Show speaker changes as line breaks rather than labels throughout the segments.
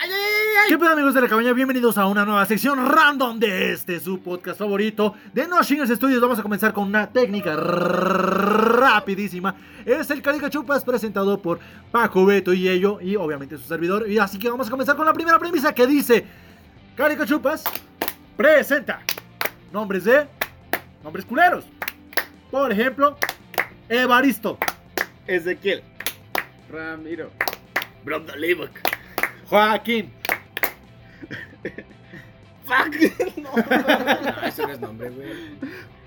Ay, ay, ay, ay.
¿Qué pedo amigos de la cabaña? Bienvenidos a una nueva sección random de este, su podcast favorito de No Shingers Studios. Vamos a comenzar con una técnica rapidísima. Es el Carica Chupas presentado por Paco Beto y ello, y obviamente su servidor. Y así que vamos a comenzar con la primera premisa que dice: Carica Chupas presenta nombres de nombres culeros. Por ejemplo, Evaristo,
Ezequiel. Ramiro. Brando Leivak.
Joaquín,
Fuck.
No, eso no es nombre, güey.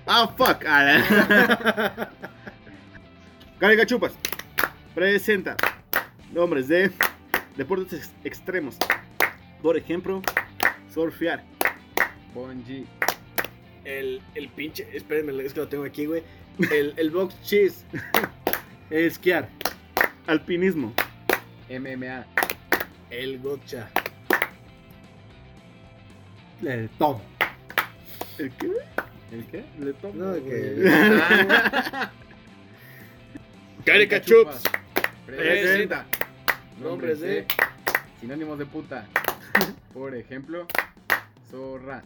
Ah, fuck. A la- Carica Chupas. Presenta nombres de deportes ex- extremos. Por ejemplo, surfear.
Bonji.
El, el pinche. Espérenme, es que lo tengo aquí, güey. El, el box cheese.
esquiar,
Alpinismo.
MMA.
El gotcha.
eh, Tom.
¿El qué?
¿El qué?
Le tomo,
No,
güey.
que- Carica Chups. Presenta.
Nombres de. Sinónimos de puta. Por ejemplo, zorra.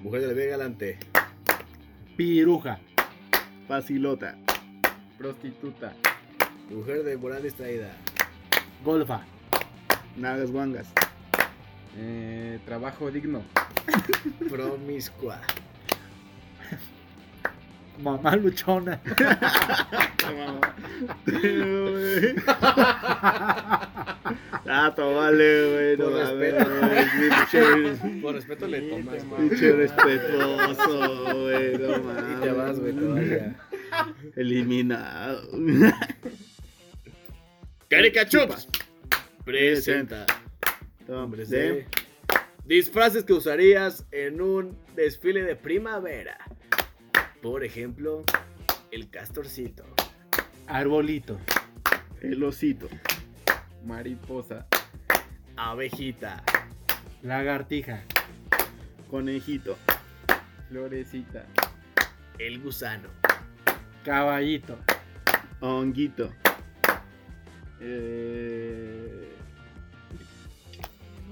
Mujer de la vida galante.
Piruja,
Facilota.
Prostituta.
Mujer de moral distraída.
golfa,
Nagas guangas.
eh, trabajo digno.
Promiscua.
mamá luchona.
ah, vale, güey. No
Por
mames,
respeto.
güey, pinche-
Por respeto le tomas, güey.
pues, Pinche respetuoso, güey. No mames.
Y te vas, güey, todavía.
Eliminado.
Carica Chups. Presenta.
Nombres
Nombres
de
de. Disfraces que usarías en un desfile de primavera. Por ejemplo, el castorcito.
Arbolito,
El Osito.
Mariposa.
Abejita.
lagartija,
Conejito.
Florecita.
El gusano.
caballito,
Honguito.
eh,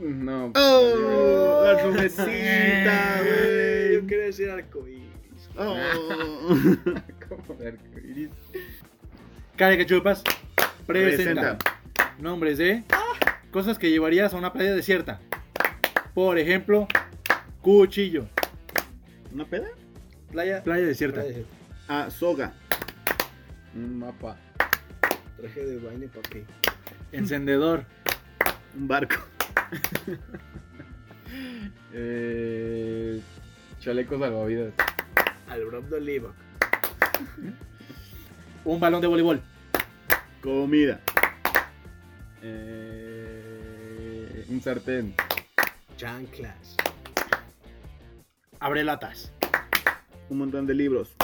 No.
¡Oh! La rumecita,
Yo
güey.
quería decir arcoíris.
¡Oh!
Como de arcoíris.
Cara que chupas.
Presenta.
Presenta. Nombres de cosas que llevarías a una playa desierta. Por ejemplo, cuchillo.
¿Una peda?
Playa.
Playa desierta.
Ah, soga.
Un mapa.
Traje de baño, papi.
Encendedor.
Un barco.
eh, Chalecos salvavidas.
Al Brom de Oliva.
Un balón de voleibol.
Comida.
eh, Un sartén.
Chanclas.
Abre latas.
Un montón de libros.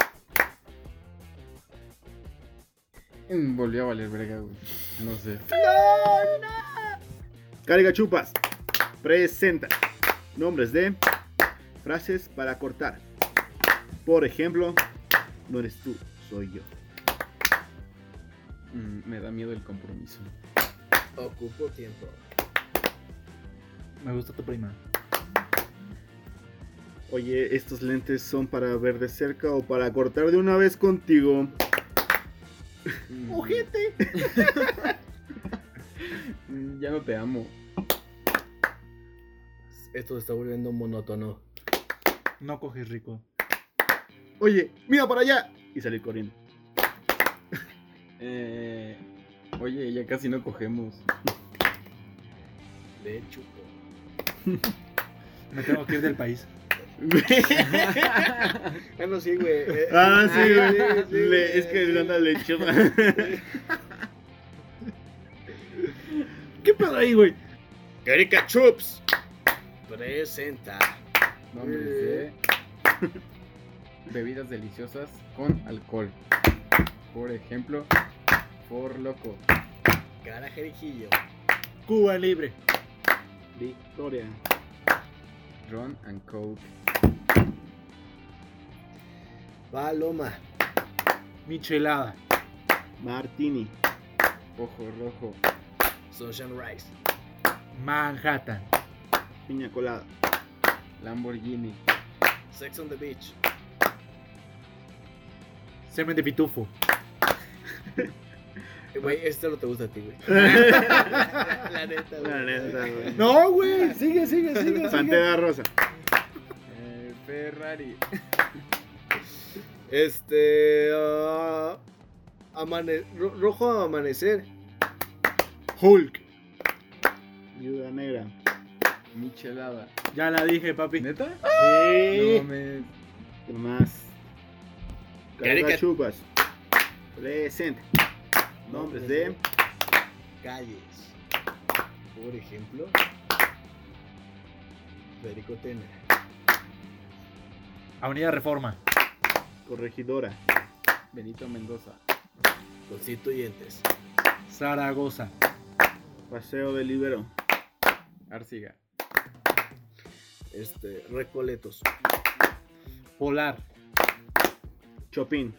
Mm, Volvió a valer verga, güey. No sé.
Carga Chupas presenta nombres de frases para cortar. Por ejemplo, no eres tú, soy yo.
Mm, Me da miedo el compromiso.
Ocupo tiempo.
Me gusta tu prima.
Oye, ¿estos lentes son para ver de cerca o para cortar de una vez contigo?
Mm,
¡Ojete!
mm, Ya no te amo.
Esto se está volviendo monótono.
No coges rico.
Oye, mira para allá. Y salir corriendo.
Eh, Oye, ya casi no cogemos.
De chupo.
Me tengo que ir del país.
Ah, no, sí, güey. Eh,
ah, sí,
ah,
güey.
sí, sí,
Le-
güey,
es que
sí.
le anda leche.
¿Qué pedo ahí, güey?
Carica Chups. Presenta.
Nombres de bebidas deliciosas con alcohol. Por ejemplo, por loco.
Cara Jeriquillo.
Cuba libre.
Victoria.
Ron and Coke.
Paloma.
Michelada.
Martini.
Ojo rojo.
Sunshine Rice.
Manhattan.
Piña colada.
Lamborghini.
Sex on the Beach.
Semen de pitufo.
Eh, Güey, este lo te gusta a ti, güey. La neta, güey.
La neta, güey.
No, güey. Sigue, sigue, sigue. sigue.
Pantera rosa.
Eh, Ferrari.
Este. ah, amane- ro- rojo amanecer.
Hulk.
Viuda negra.
Michelada.
Ya la dije, papi.
¿Neta?
Ah, Sí.
No mames.
¿Qué más?
Carica-
Carica chupas. Presente. Nombres de.
Calles. Por ejemplo. Federico Tena.
Avenida Reforma.
Corregidora.
Benito Mendoza.
Constituyentes.
Zaragoza.
Paseo del Libero.
Arciga.
Este. Recoletos.
Polar.
Chopin.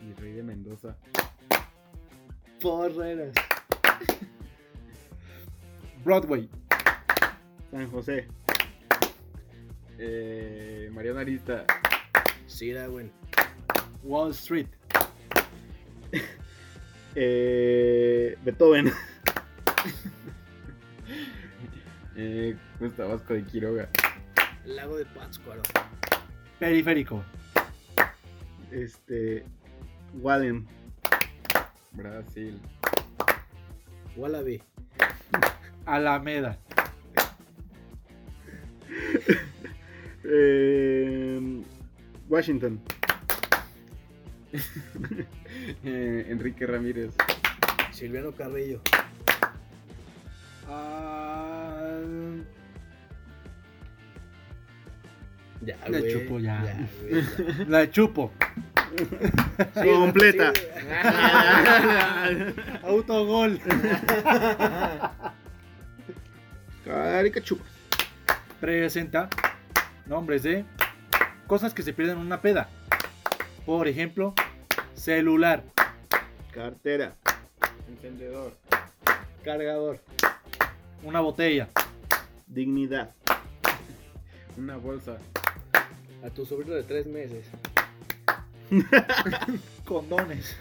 Mi rey de Mendoza.
Forreras.
Broadway.
San José.
Eh, Mariano Arista.
Sira, güey.
Wall Street.
Eh, Beethoven.
Eh, Gustavo Vasco de Quiroga.
Lago de Pátzcuaro.
Periférico.
Este. Wallen.
Brasil.
Wallaby.
Alameda.
Eh, Washington.
Eh, Enrique Ramírez.
Silviano Carrillo.
Ah,
Ya,
Le
güey.
chupo ya.
güey, ya.
la chupo.
Completa.
Sí, güey.
Autogol.
Carica chupas.
Presenta nombres de cosas que se pierden en una peda. Por ejemplo, celular.
Cartera.
Encendedor.
Cargador.
Una botella.
Dignidad.
Una bolsa.
A tu sobrino de tres meses.
Condones.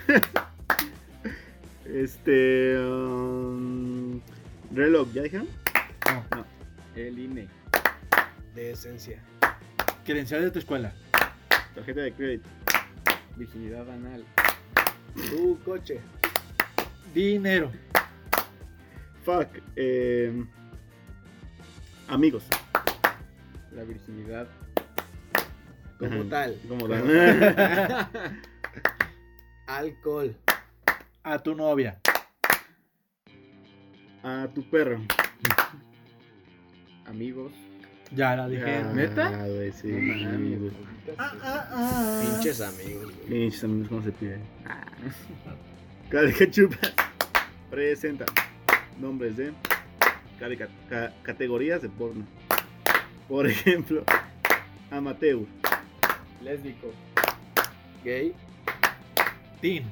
Este. um, reloj, ¿ya dijeron?
No.
El INE.
De esencia.
Credencial de tu escuela.
Tarjeta de crédito.
Virginidad anal.
Tu coche.
Dinero.
Fuck. eh, amigos.
La virginidad.
Como
Ajá.
tal.
Como tal.
Alcohol.
A tu novia.
A tu perro.
Amigos.
Ya la dije.
Ah,
¿Neta?
güey, sí.
No mames,
güey.
ahorita
Ah,
sí.
ah, ah.
Pinches amigos. güey.
Pinches amigos, ¿cómo se pide? Ah. Carica chupas. Presenta. Nombres de carica- ca- categorías de porno. Por ejemplo, amateur,
Lésbico.
Gay.
Tin.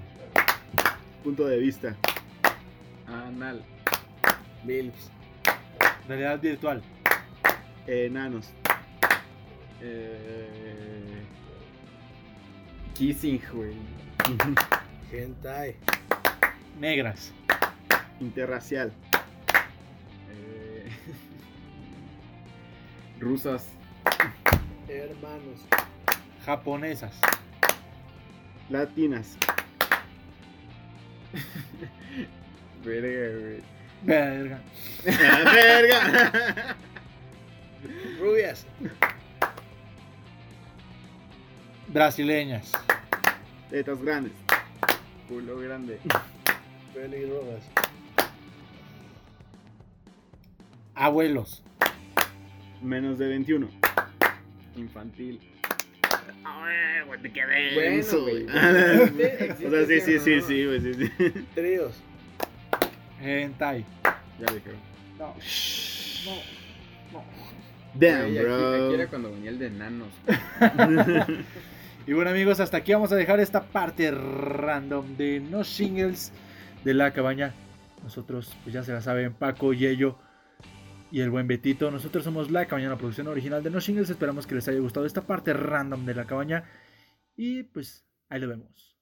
punto de vista,
Anal.
Milfs.
Realidad virtual.
enanos,
Eh... Kissing, güey.
Hentai.
Negras.
interracial,
Eh... Rusas.
Hermanos.
Japonesas.
latinas,
Verga, güey.
Verga.
¡Ah, verga!
Rubias.
Brasileñas.
Tetas grandes,
Culo grande.
Pelirrojas.
Abuelos.
menos de 21.
Infantil.
Bueno, güey.
O sea, sí, sí, sí, sí, güey, sí, sí.
Tríos.
Hentai.
Ya dijeron.
No. No. No.
Damn,
Güey, aquí- Aquí era
bro.
cuando venía el de enanos.
Y bueno amigos, hasta aquí vamos a dejar esta parte random de No Singles de la cabaña. Nosotros, pues ya se la saben, Paco y ello y el buen Betito. Nosotros somos La Cabaña, la producción original de No Shingles. Esperamos que les haya gustado esta parte random de La Cabaña. Y pues ahí lo vemos.